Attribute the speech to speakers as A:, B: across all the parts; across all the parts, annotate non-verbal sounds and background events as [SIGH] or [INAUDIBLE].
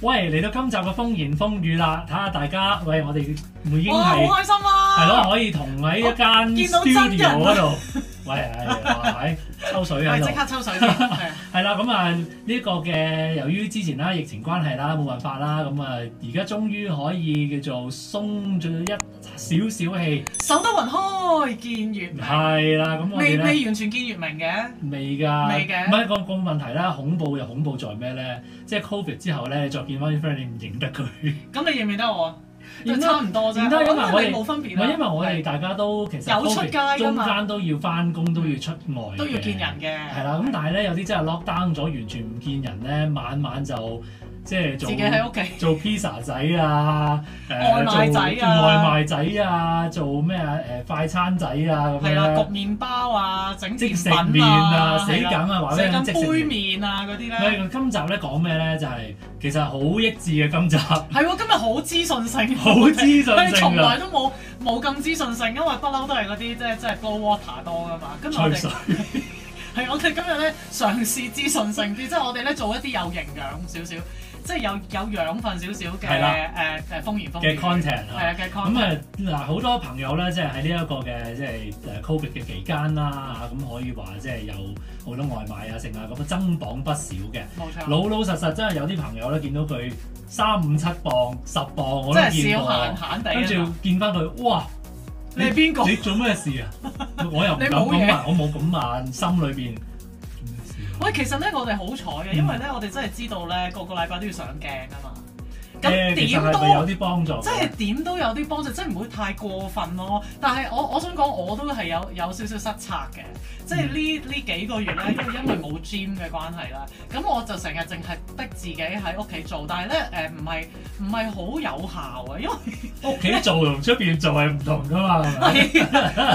A: 喂，嚟到今集嘅風言風語啦，睇下大家，喂，我哋已經
B: 哇，好
A: 係
B: 開心啊！
A: 係咯，可以同喺一間
B: 見到真
A: studio
B: 人啊
A: 嗰度，喂，係係抽水喺
B: 係
A: 度
B: 即，刻抽
A: [LAUGHS]
B: 水先，係啊
A: 係啦，咁啊呢個嘅由於之前啦疫情關係啦，冇辦法啦，咁啊而家終於可以叫做鬆咗一少少氣，
B: 守得雲開見月明，
A: 係啦，咁我
B: 未
A: 哋咧。
B: 未完全見月明嘅，
A: 未㗎，
B: 未嘅
A: 唔係個個問題啦，恐怖又恐怖在咩咧？即係 Covid 之後咧，你再見翻啲 friend，你唔認得佢。
B: 咁你認唔認得我啊？都
A: 認
B: 差
A: 得
B: 唔多啫，
A: 認得因為
B: 我覺得
A: 我哋
B: 你冇分
A: 唔
B: 別啊啦，
A: 係因為我哋大家都其實
B: 有出
A: Covid
B: 街㗎
A: 中
B: 嘛
A: 間都要翻工，都要出外嘅，
B: 都要見人嘅，
A: 係啦，咁但係咧有啲真係 lock down 咗，完全唔見人咧，晚晚就即係
B: 自
A: 做
B: 己喺屋企，
A: 做 pizza 仔啊，誒、
B: 外賣仔啊
A: 做做外賣仔啊，做咩啊誒快餐仔啊咁
B: 係啦，
A: 樣
B: 焗，麵包啊，整
A: 即
B: 甜
A: 食
B: 品
A: 麵啊，死
B: 係
A: 緊
B: 啦
A: 啊，話
B: 食
A: 俾你聽
B: 緊杯
A: 即食麵
B: 麵啊嗰啲咧，
A: 喂，今集咧講咩咧？就係、其實好益智嘅今集，好
B: 係喎，今日好資訊性，
A: 資訊
B: [LAUGHS] 佢哋從
A: 性啊！
B: 來都冇冇咁資訊性，因為不嬲都係嗰啲即係即係 blow water 多噶嘛。今日我
A: [LAUGHS] 吹
B: 哋
A: 水
B: 係我哋今日咧嘗試資訊性啲，即係我哋咧做一啲有營養少少，即係有有養分少少嘅
A: 係啦
B: 誒誒風言風
A: 嘅
B: 語
A: content
B: 係
A: 啊！
B: 啊嘅
A: 咁啊
B: content
A: 嗱，好多朋友咧，即係喺呢一個嘅即係誒呃 covid 嘅期間啦，啊咁可以話即係有好多外賣啊、剩啊咁啊增磅不少嘅。
B: 冇錯，
A: 老老實實真係有啲朋友咧，見到佢三五七磅、十磅我
B: 即
A: 都
B: 係
A: 見
B: 少閒
A: 過，跟
B: 閒地啊
A: 住
B: 嘛。
A: 見翻佢，哇！
B: 你係邊個？
A: 你做咩事啊？ [LAUGHS] 我又唔
B: 你
A: 敢
B: 冇嘢
A: 咁話，我冇咁話，心裏邊做咩事啊？
B: 喂，其實咧我哋好彩嘅，因為咧我哋真係知道咧個個禮拜都要上鏡啊嘛。咁
A: 誒其實
B: 點
A: 係
B: 都
A: 咪有啲幫助嘅？
B: 即係點都有啲幫助，即係唔會太過分咯。但係我我想講，我都係有有少少失策嘅，即係呢呢幾個月咧，因為冇 gym 嘅關係啦，咁我就成日淨係逼自己喺屋企做，但係咧誒唔係唔係好有效啊，因為 [LAUGHS]
A: 屋企做同出邊做係唔同噶嘛，係咪？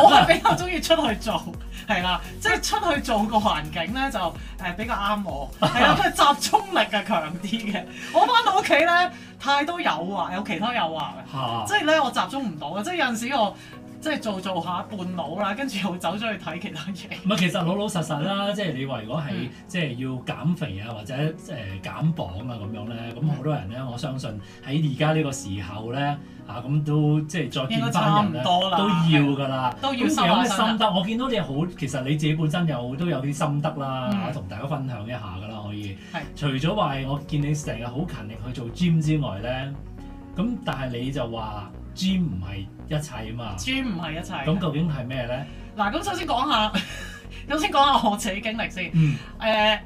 B: 我係比較中意出去做，係啦，即係出去做個環境咧就誒、呃比較啱我，係啦，都係集中力係強啲嘅。我翻到屋企咧太多誘惑，有其他誘惑啊嘅。
A: 嚇
B: 即係咧，我集中唔到啊！即係有陣時我即係做做下半腦啦，跟住又走咗去睇其他嘢。 [LAUGHS]
A: 唔係，其實老老實實啦，即係你話如果係
B: 嗯
A: 即係要減肥啊，或者誒、減磅啊咁樣咧，
B: 嗯
A: 咁好多人咧，我相信喺而家呢個時候咧，啊咁都即係再
B: 應該
A: 見翻
B: 差唔
A: 人咧，
B: 多啦
A: 都要㗎啦。咁
B: 都要
A: 有
B: 收下
A: 咩
B: 身啦
A: 心得？我見到你好，其實你自己本身有都有啲心得啦，
B: 嗯
A: 同、大家分享一下㗎啦，可以
B: 係。
A: 除咗話我見你成日好勤力去做 gym 之外咧，咁但係你就話 gym 唔係一切啊嘛，
B: Gym 唔係一切。啊
A: 咁究竟係咩咧？
B: 嗱，咁首先講下， [LAUGHS] 首先講下我自己經歷先。誒、
A: 嗯。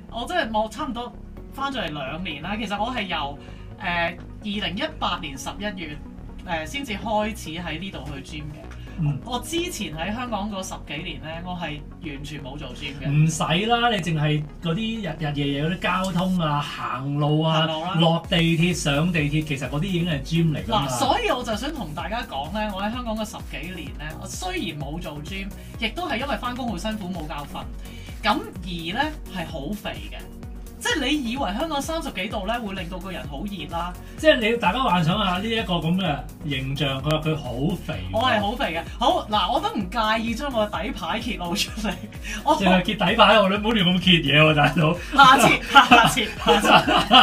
B: 我真係我差唔多翻咗嚟兩年啦。其實我係由誒二零一八年十一月誒先至開始喺呢度去 gym 嘅。
A: 嗯
B: 我之前喺香港嗰十幾年咧，我係完全冇做 gym 嘅。
A: 唔使啦，你淨係嗰啲日日夜夜嗰啲交通啊、行路啊
B: 行路、啦
A: 落地鐵、上地鐵，其實嗰啲已經係 gym 嚟㗎
B: 嗱，
A: 嘛。
B: 所以我就想同大家講咧，我喺香港嘅十幾年咧，我雖然冇做 gym，亦都係因為翻工好辛苦冇覺瞓，咁而咧係好肥嘅。即係你以為香港三十幾度咧會令到個人好熱啦，
A: 即係你大家幻想下呢一個咁嘅形象，佢話佢好肥，
B: 我係好肥嘅。好嗱，我都唔介意將我嘅底牌揭露出嚟。我
A: 淨係揭底牌喎，你唔好亂咁揭嘢喎，大佬。
B: 下次，下次，下次。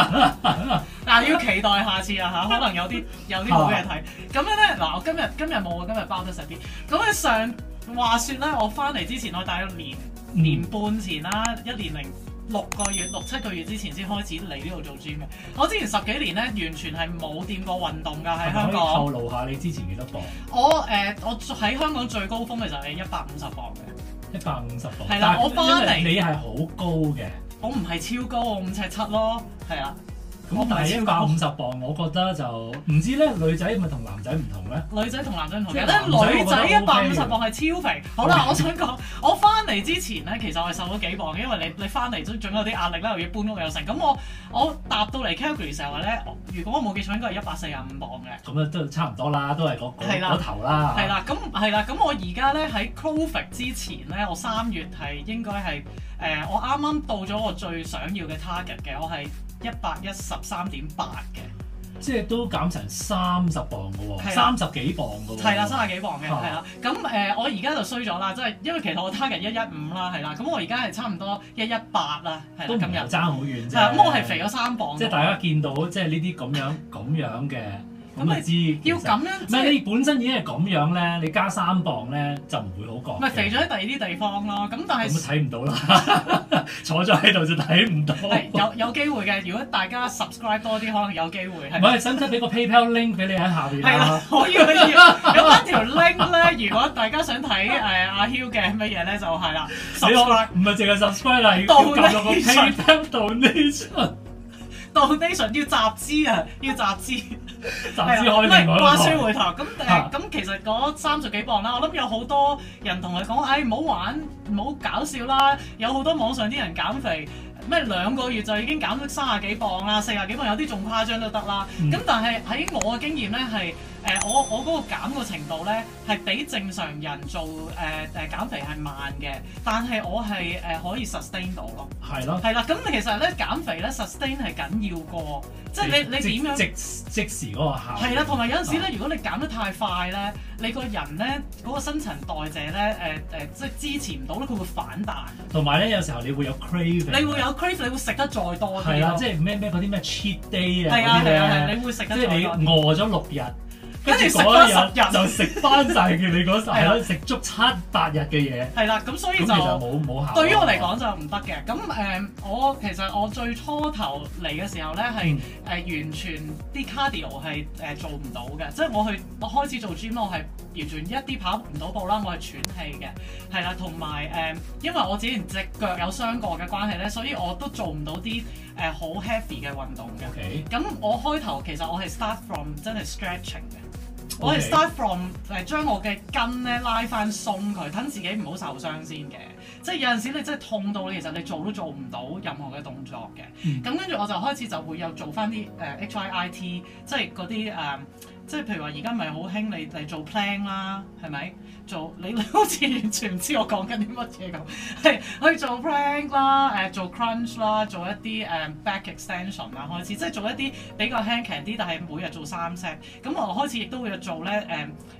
B: [LAUGHS] 嗱，要期待下次啊嚇，可能有啲有啲好嘢睇。咁樣咧，嗱，我今日今日冇啊，今日包得實啲。咁咧上話説咧，我翻嚟之前，我大約年年半前啦，一年零六個月、六七個月之前先開始嚟呢度做 gym 嘅。我之前十幾年咧，完全係冇掂過運動㗎喺
A: 係咪可
B: 香
A: 以
B: 港
A: 透。露下你之前幾多磅？
B: 我誒、我喺香港最高峰嘅就係一百五十磅嘅，
A: 一百五十磅。
B: 係啦
A: 但
B: 我翻嚟
A: 因為你係好高嘅，
B: 我唔係超高，我五尺七咯，係啊啦。
A: 咁
B: 我唔係
A: 但係一
B: 超
A: 百
B: 高
A: 五十磅，我覺得就唔知咧，女仔咪同男仔唔同咧。
B: 女仔同男仔唔同
A: 即
B: 嘅
A: 係
B: 咧，
A: 男仔我覺得
B: 女仔一百
A: OK
B: 五十
A: 嘅
B: 磅係超肥。好啦，我想講，我翻嚟之前咧，其實我係瘦咗幾磅嘅，因為你你翻嚟總總有啲壓力啦，又要搬屋又成。咁我我搭到嚟 Calgary 嘅時候咧，我如果我冇記錯，應該係一百四十五磅嘅。
A: 咁啊，都差唔多啦，都係嗰嗰
B: 係啦
A: 嗰頭啦。
B: 係啦，咁係啦，咁我而家咧喺 Covid 之前咧，我三月係應該係誒、呃我啱啱到咗我最想要嘅 target 嘅，我係一百一十三點八嘅。
A: 即係都減成三十磅嘅喎，
B: 係
A: 三
B: 啦
A: 十幾磅嘅喎。
B: 係啦，三十幾磅嘅，
A: 哦啊
B: 係啦。咁誒、我而家就衰咗啦，即係因為其實我 target 一一五啦，係啦。咁我而家係差唔多一一八啦，係啦，
A: 都
B: 今
A: 唔
B: 日
A: 係。爭好遠啫。
B: 係啊，咁我係肥咗三磅。
A: 即係大家見到即係呢啲咁樣咁樣嘅，咁咪
B: 你
A: 知
B: 要
A: 其實。
B: 咁樣，
A: 唔
B: 即
A: 係
B: 係
A: 你本身已經係咁樣咧，你加三磅咧就唔會好覺嘅。
B: 咪肥咗喺第二啲地方咯。咁但
A: 咁
B: 係
A: 睇唔到啦， [LAUGHS] 坐咗喺度就睇唔到。
B: 係有有機會嘅。如果大家 subscribe 多啲，可能有機會
A: 唔
B: 係。
A: 係，使唔使俾個 PayPal link 俾你喺下邊
B: 係啦
A: 啊？，
B: 可以可以。有翻條 link 咧，如果大家想睇誒阿 Hill 嘅乜嘢咧，就係啦
A: 你我
B: ，subscribe
A: 唔係淨係 subscribe 啦，要撳
B: Donation
A: 落個 PayPal donation，
B: donation 要集資啊，要集資。
A: 暫時開另外一個
B: 啊話説回頭，咁
A: 啊
B: 誒咁其實嗰三十幾磅啦，我諗有好多人同佢講，唉唔好玩，唔好搞笑啦，有好多網上啲人減肥。咩兩個月就已經減咗三十幾磅啦，四十幾磅有啲仲誇張都得啦。
A: 嗯
B: 咁、但係喺我嘅經驗咧，係誒、我我嗰個減嘅程度咧係比正常人做誒誒、減肥係慢嘅，但係我係誒、可以 sustain 到咯。
A: 係咯。
B: 係啦，咁其實咧減肥咧 sustain 係緊要過，即係你你點樣？
A: 即即時嗰個效？
B: 係啦，同埋有陣時咧，如果你減得太快咧，你個人咧嗰、個新陳代謝咧，誒、誒、即係支持唔到咧，佢會反彈，
A: 同埋咧，有時候你會有 craving，
B: 你會有 crave，你會食得再多啲咯。
A: 係啦，即係咩咩嗰啲咩 cheat day
B: 係啊
A: 啊嗰啲
B: 係啊係啊，
A: 咧，
B: 你會食得
A: 即
B: 再
A: 係你
B: 多
A: 餓
B: 啲。
A: 咗六日，
B: 跟住食
A: 嗰
B: 翻
A: 一
B: 十日
A: 就食翻晒佢哋嗰十
B: 係啊
A: 係
B: 啦
A: 咯，食足七八日嘅嘢，
B: 係啦，咁所
A: 咁
B: 以
A: 其實
B: 就。
A: 冇冇效。
B: 對於我嚟，講就唔得嘅，咁誒、我其實我最初頭嚟嘅時候咧，係誒、
A: 嗯
B: 完全啲 cardio 係誒、做唔到嘅，即係我去我開始做 gym 我係完全一啲跑唔到步啦，我係喘氣嘅，係啦，同埋誒，因為我之前只腳有傷過嘅關係咧，所以我都做唔到啲誒好 heavy 嘅運動嘅。
A: OK，
B: 咁我開頭其實我係 start from 真係 stretching 嘅。我係
A: OK
B: start from 誒將我嘅筋咧拉翻鬆佢，等自己唔好受傷先嘅。即係有陣時你真係痛到你其實你做都做唔到任何嘅動作嘅。
A: 嗯
B: 咁跟住我就開始就會有做翻啲誒 HIIT，即係嗰啲誒，即係譬如話而家咪好興你嚟做 plan 啦，係咪？做你 [LAUGHS] 你好似完全唔知我講緊啲乜嘢咁，係去做 plank 啦，誒、做 crunch 啦，做一啲誒、back extension 啦，開始即係做一啲比較輕強啲，但係每日做三 set。咁我開始亦都會有做咧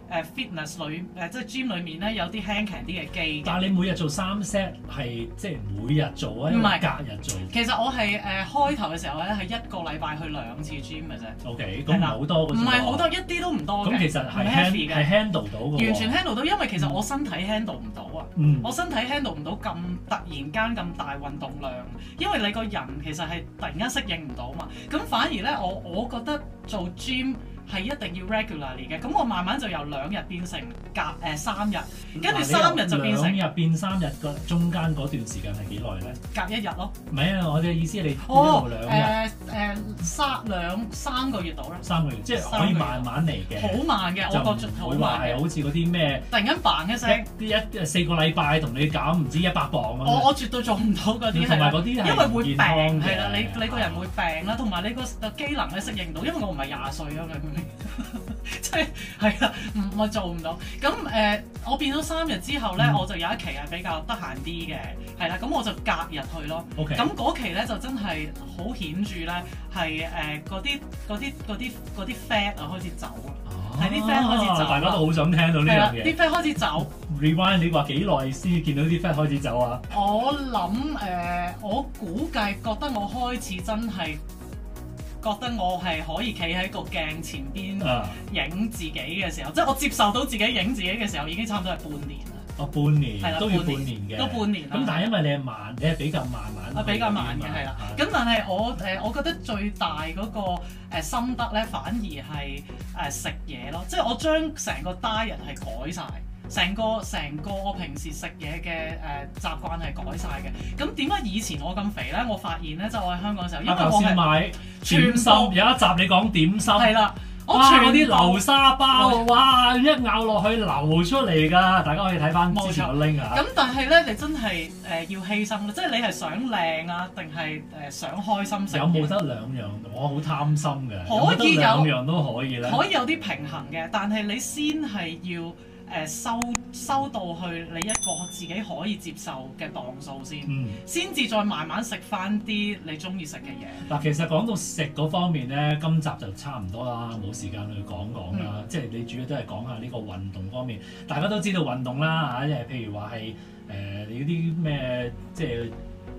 B: 誒誒 fitness 裏誒、即係 gym 裏面咧有啲輕強啲嘅肌嘅。
A: 但係你每日做三 set 係即係每日做啊，
B: 唔係
A: 定隔日做。
B: 其實我係誒、開頭嘅時候咧係一個禮拜去兩次 gym 嘅啫，
A: OK，咁唔係好多嘅
B: 唔
A: 啫喎
B: 係好多，一啲都唔多
A: 咁
B: 嘅，
A: 其實
B: 唔
A: 係
B: heavy
A: hand 係
B: 嘅，
A: handle 到嘅喎。
B: 完全 handle 到，因為其實我身體 handle 唔到啊。
A: 嗯
B: 我身體 handle 唔到咁突然間咁大運動量，因為你個人其實係突然間適應唔到嘛。咁反而呢，我我覺得做 gym 係一定要 regularly 嘅。咁我慢慢就由兩日變成隔誒、呃三日，跟住三日就變成
A: 兩日變三日個中間嗰段時間係幾耐咧？
B: 隔一日咯。
A: 唔係啊，我嘅意思係你一
B: 哦
A: 路，兩日、
B: 誒誒三兩三個月到啦，
A: 三個月，即係可以慢慢嚟嘅，
B: 好慢嘅，我覺
A: 就唔
B: 得好
A: 會話
B: 慢
A: 係
B: 嘅。
A: 好似嗰啲咩
B: 突然間 bang 一聲，
A: 一一四個禮拜同你減唔知一百磅咁
B: 我
A: 樣，
B: 我絕對做唔到嗰啲係
A: 同埋
B: 啦
A: 嗰啲係
B: 因為會
A: 唔健
B: 病
A: 康嘅
B: 係啦，你你個人會病啦，同埋你個個機能咧適應唔到，因為我唔係廿歲啊，你明唔明？ [LAUGHS] 即係係啦，唔我做唔到。咁誒、呃我變咗三日之後咧，
A: 嗯
B: 我就有一期係比較得閒啲嘅，係啦，咁我就隔日去咯。
A: OK，
B: 咁嗰期咧就真係好顯著咧，係誒嗰啲嗰啲嗰啲嗰啲 fat 啊開始走啊，係啲 friend 開始走啦
A: 大家都好想聽到呢
B: 係啦
A: 樣，嘢。
B: 啲 fat 開始走。
A: Rewind，你話幾耐先見到啲 friend 開始走啊？
B: 我諗誒、呃我估計覺得我開始真係覺得我係可以企喺個鏡前邊
A: 啊，
B: 影自己嘅時候，即係我接受到自己影自己嘅時候，已經差唔多係半年啦，
A: 我半年
B: 係啦
A: 都要
B: 半
A: 半年嘅，
B: 都半年啦。
A: 咁但係因為你係慢，你係比較慢慢去嘅
B: 啊
A: 嘛，
B: 比較慢嘅係啦，啊咁但係我誒、呃我覺得最大嗰、個、呃、心得咧，反而係誒、呃食嘢咯，即係我將成個 diet 係改晒，成個成個我平時食嘢嘅誒習慣係改晒嘅。咁點解以前我咁肥咧？我發現咧，就我喺香港嘅時候，因為
A: 啊頭
B: 我
A: 先
B: 係
A: 買
B: 全
A: 點心，有一
B: 部
A: 集你講點心。
B: 係啦，我
A: 哇！
B: 全
A: 嗰啲
B: 部
A: 流沙包啊，哇！一咬落去流出嚟㗎，大家可以睇翻之前個 link 啊。
B: 咁但係咧，你真係誒、呃要犧牲咯，即係你係想靚啊，定係誒想開心食嘢？
A: 有冇得兩樣？我好貪心嘅，
B: 可以
A: 有冇得兩樣都可以咧。
B: 可以有啲平衡嘅，但係你先係要誒、誒收收到去你一個自己可以接受嘅檔數先，
A: 嗯。
B: 先至再慢慢食翻啲你中意食嘅嘢。
A: 嗱，其實講到食嗰方面咧，今集就差唔多啦，冇時間去講講
B: 嗯
A: 啦。即係你主要都係講下呢個運動方面，大家都知道運動啦嚇，即係譬如話係誒你啲咩即係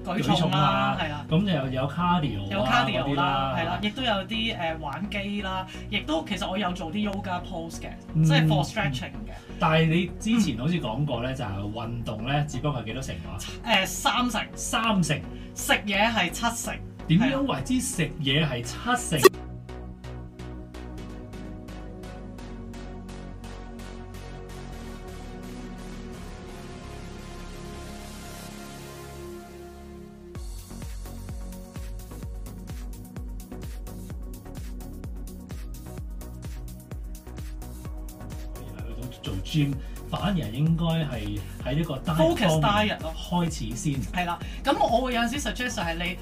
B: 舉
A: 舉重
B: 重啦
A: 啊，
B: 係啦。
A: 咁又有 cardio
B: 有
A: 啊嗰
B: cardio
A: 啲
B: 啦，係啦，
A: 啦，
B: 亦都有啲誒、呃玩機啦，亦都其實我有做啲 yoga pose 嘅，
A: 嗯
B: 即係 for stretching 嘅，
A: 但係你之前好似講過咧，就係運動咧，只不過係幾多成話？
B: 誒、三成
A: 三成。
B: 食嘢係七成，
A: 點樣為之食嘢係七成？去到做 gym，反而係應該係喺呢個 diet
B: Focus
A: 方
B: diet 咯
A: 面開始先。
B: 係啦。咁我會有陣時 suggest 就係你。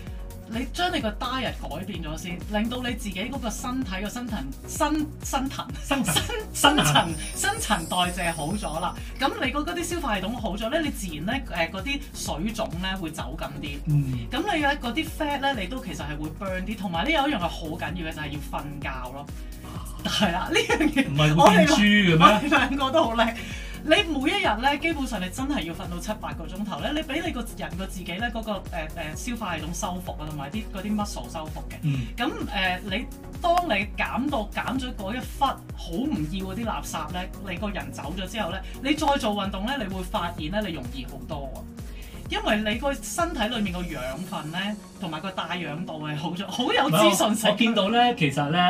B: 你將你個 diet 改變咗先，令到你自己嗰個身體個新陳新新陳
A: 新陳
B: 新
A: 新陳
B: 陳新陳代謝好咗啦，咁你嗰嗰啲消化系統好咗咧，你自然咧誒嗰啲水腫咧會走緊啲。
A: 嗯。
B: 咁你有嗰啲 fat 咧，你都其實係會 burn 啲，同埋呢有一樣係好緊要嘅就係、要瞓覺咯。係啊啦，呢樣嘢
A: 唔係會變豬
B: [LAUGHS] 我
A: 嘅咩？
B: 哋兩個都好叻。你每一日咧，基本上你真係要瞓到七八個鐘頭咧，你俾你個人個自己咧嗰、個誒、呃消化系統修復啊，同埋啲嗰啲 muscle 修復嘅。
A: 嗯，
B: 咁誒、呃你當你減到減咗嗰一忽好唔要嗰啲垃圾咧，你個人走咗之後咧，你再做運動咧，你會發現咧，你容易好多啊！因為你個身體裏面個養分咧，同埋個帶氧度係好咗，好有資訊性。
A: 我見到咧，其實咧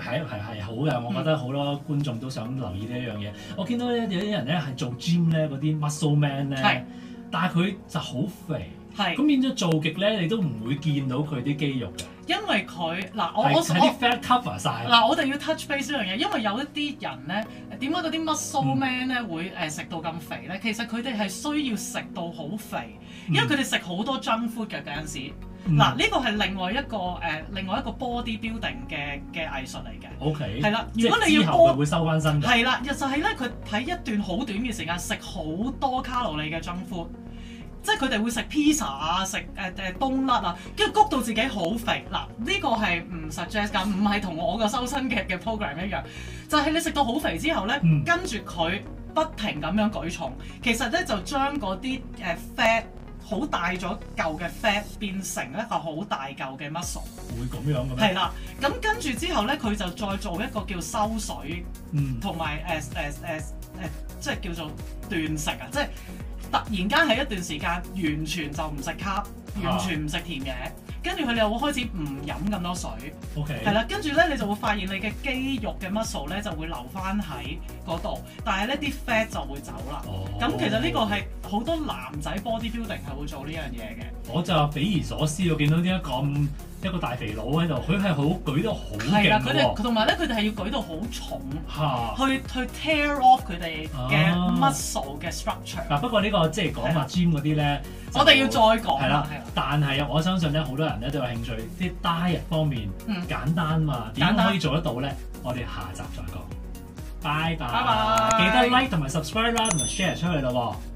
A: 係係係好嘅，我覺得好多觀眾都想留意呢一樣嘢。我見到咧有啲人咧係做 gym 咧嗰啲 muscle man
B: 係
A: 咧，但係佢就好肥，
B: 係
A: 咁變咗做極咧，你都唔會見到佢啲肌肉嘅，
B: 因為佢嗱，我
A: 係
B: 我
A: 係
B: 我
A: 啲 fat cover 晒。
B: 嗱，我哋要 touch base 呢樣嘢，因為有一啲人咧，點解嗰啲 muscle man 咧會誒食到咁肥咧？其實佢哋係需要食到好肥，因為佢哋食好多 junk food 嘅嗰陣時。
A: 嗯
B: 嗱，呢個係另外一個誒、呃另外一個 body building 嘅嘅藝術嚟嘅。
A: ，OK，
B: 係啦，
A: 即
B: 如果你
A: 係
B: 要
A: 之後佢
B: body
A: 會收翻身嘅。
B: 係啦，就係咧，佢喺一段好短嘅時間食好多卡路里嘅 junk food，即係佢哋會食 pizza 啊，食誒誒冬甩啊，跟住谷到自己好肥。嗱，呢個係唔 suggest 㗎，唔係同我個修身嘅嘅 program 一樣，就係你食到好肥之後咧，
A: 嗯
B: 跟住佢不停咁樣舉重，其實咧就將嗰啲誒 fat 好大咗嚿嘅 fat 變成一個好大嚿嘅 muscle，
A: 會咁樣嘅
B: 係
A: 咩？
B: 啦，咁跟住之後咧，佢就再做一個叫收水。
A: 嗯，
B: 同埋呃誒誒誒誒，呃即係叫做斷食啊！即係突然間喺一段時間，完全就唔食卡，完全唔食甜
A: 啊
B: 嘢，跟住佢哋又會開始唔飲咁多水，
A: ，OK，
B: 係啦，跟住咧你就會發現你嘅肌肉嘅 muscle 咧就會留翻喺嗰度，但係咧啲 fat 就會走啦。
A: 哦
B: 咁其實呢個係好多男仔 body building 係會做呢樣嘢嘅。
A: 我就匪夷所思，我見到點解咁一個大肥佬喺度，佢係好舉得好哦勁
B: 係啦，佢
A: 嘅
B: 哋
A: 喎
B: 同埋咧，佢哋係要舉到好重，
A: 嚇。
B: 去去 tear off 佢哋嘅
A: 哦
B: muscle 嘅 structure。
A: 嗱，不過呢個即係講話 gym 嗰啲咧，
B: 我哋要再
A: 做
B: 講
A: 係啦
B: 係啊啦。
A: 但係我相信咧，好多人咧都有興趣，啲 diet 方面
B: 嗯
A: 簡單嘛，點
B: 簡單
A: 可以做得到咧？我哋下集再講。拜拜，
B: 拜拜
A: 記得 like 同埋 subscribe 啦，同埋 share 出去咯喎。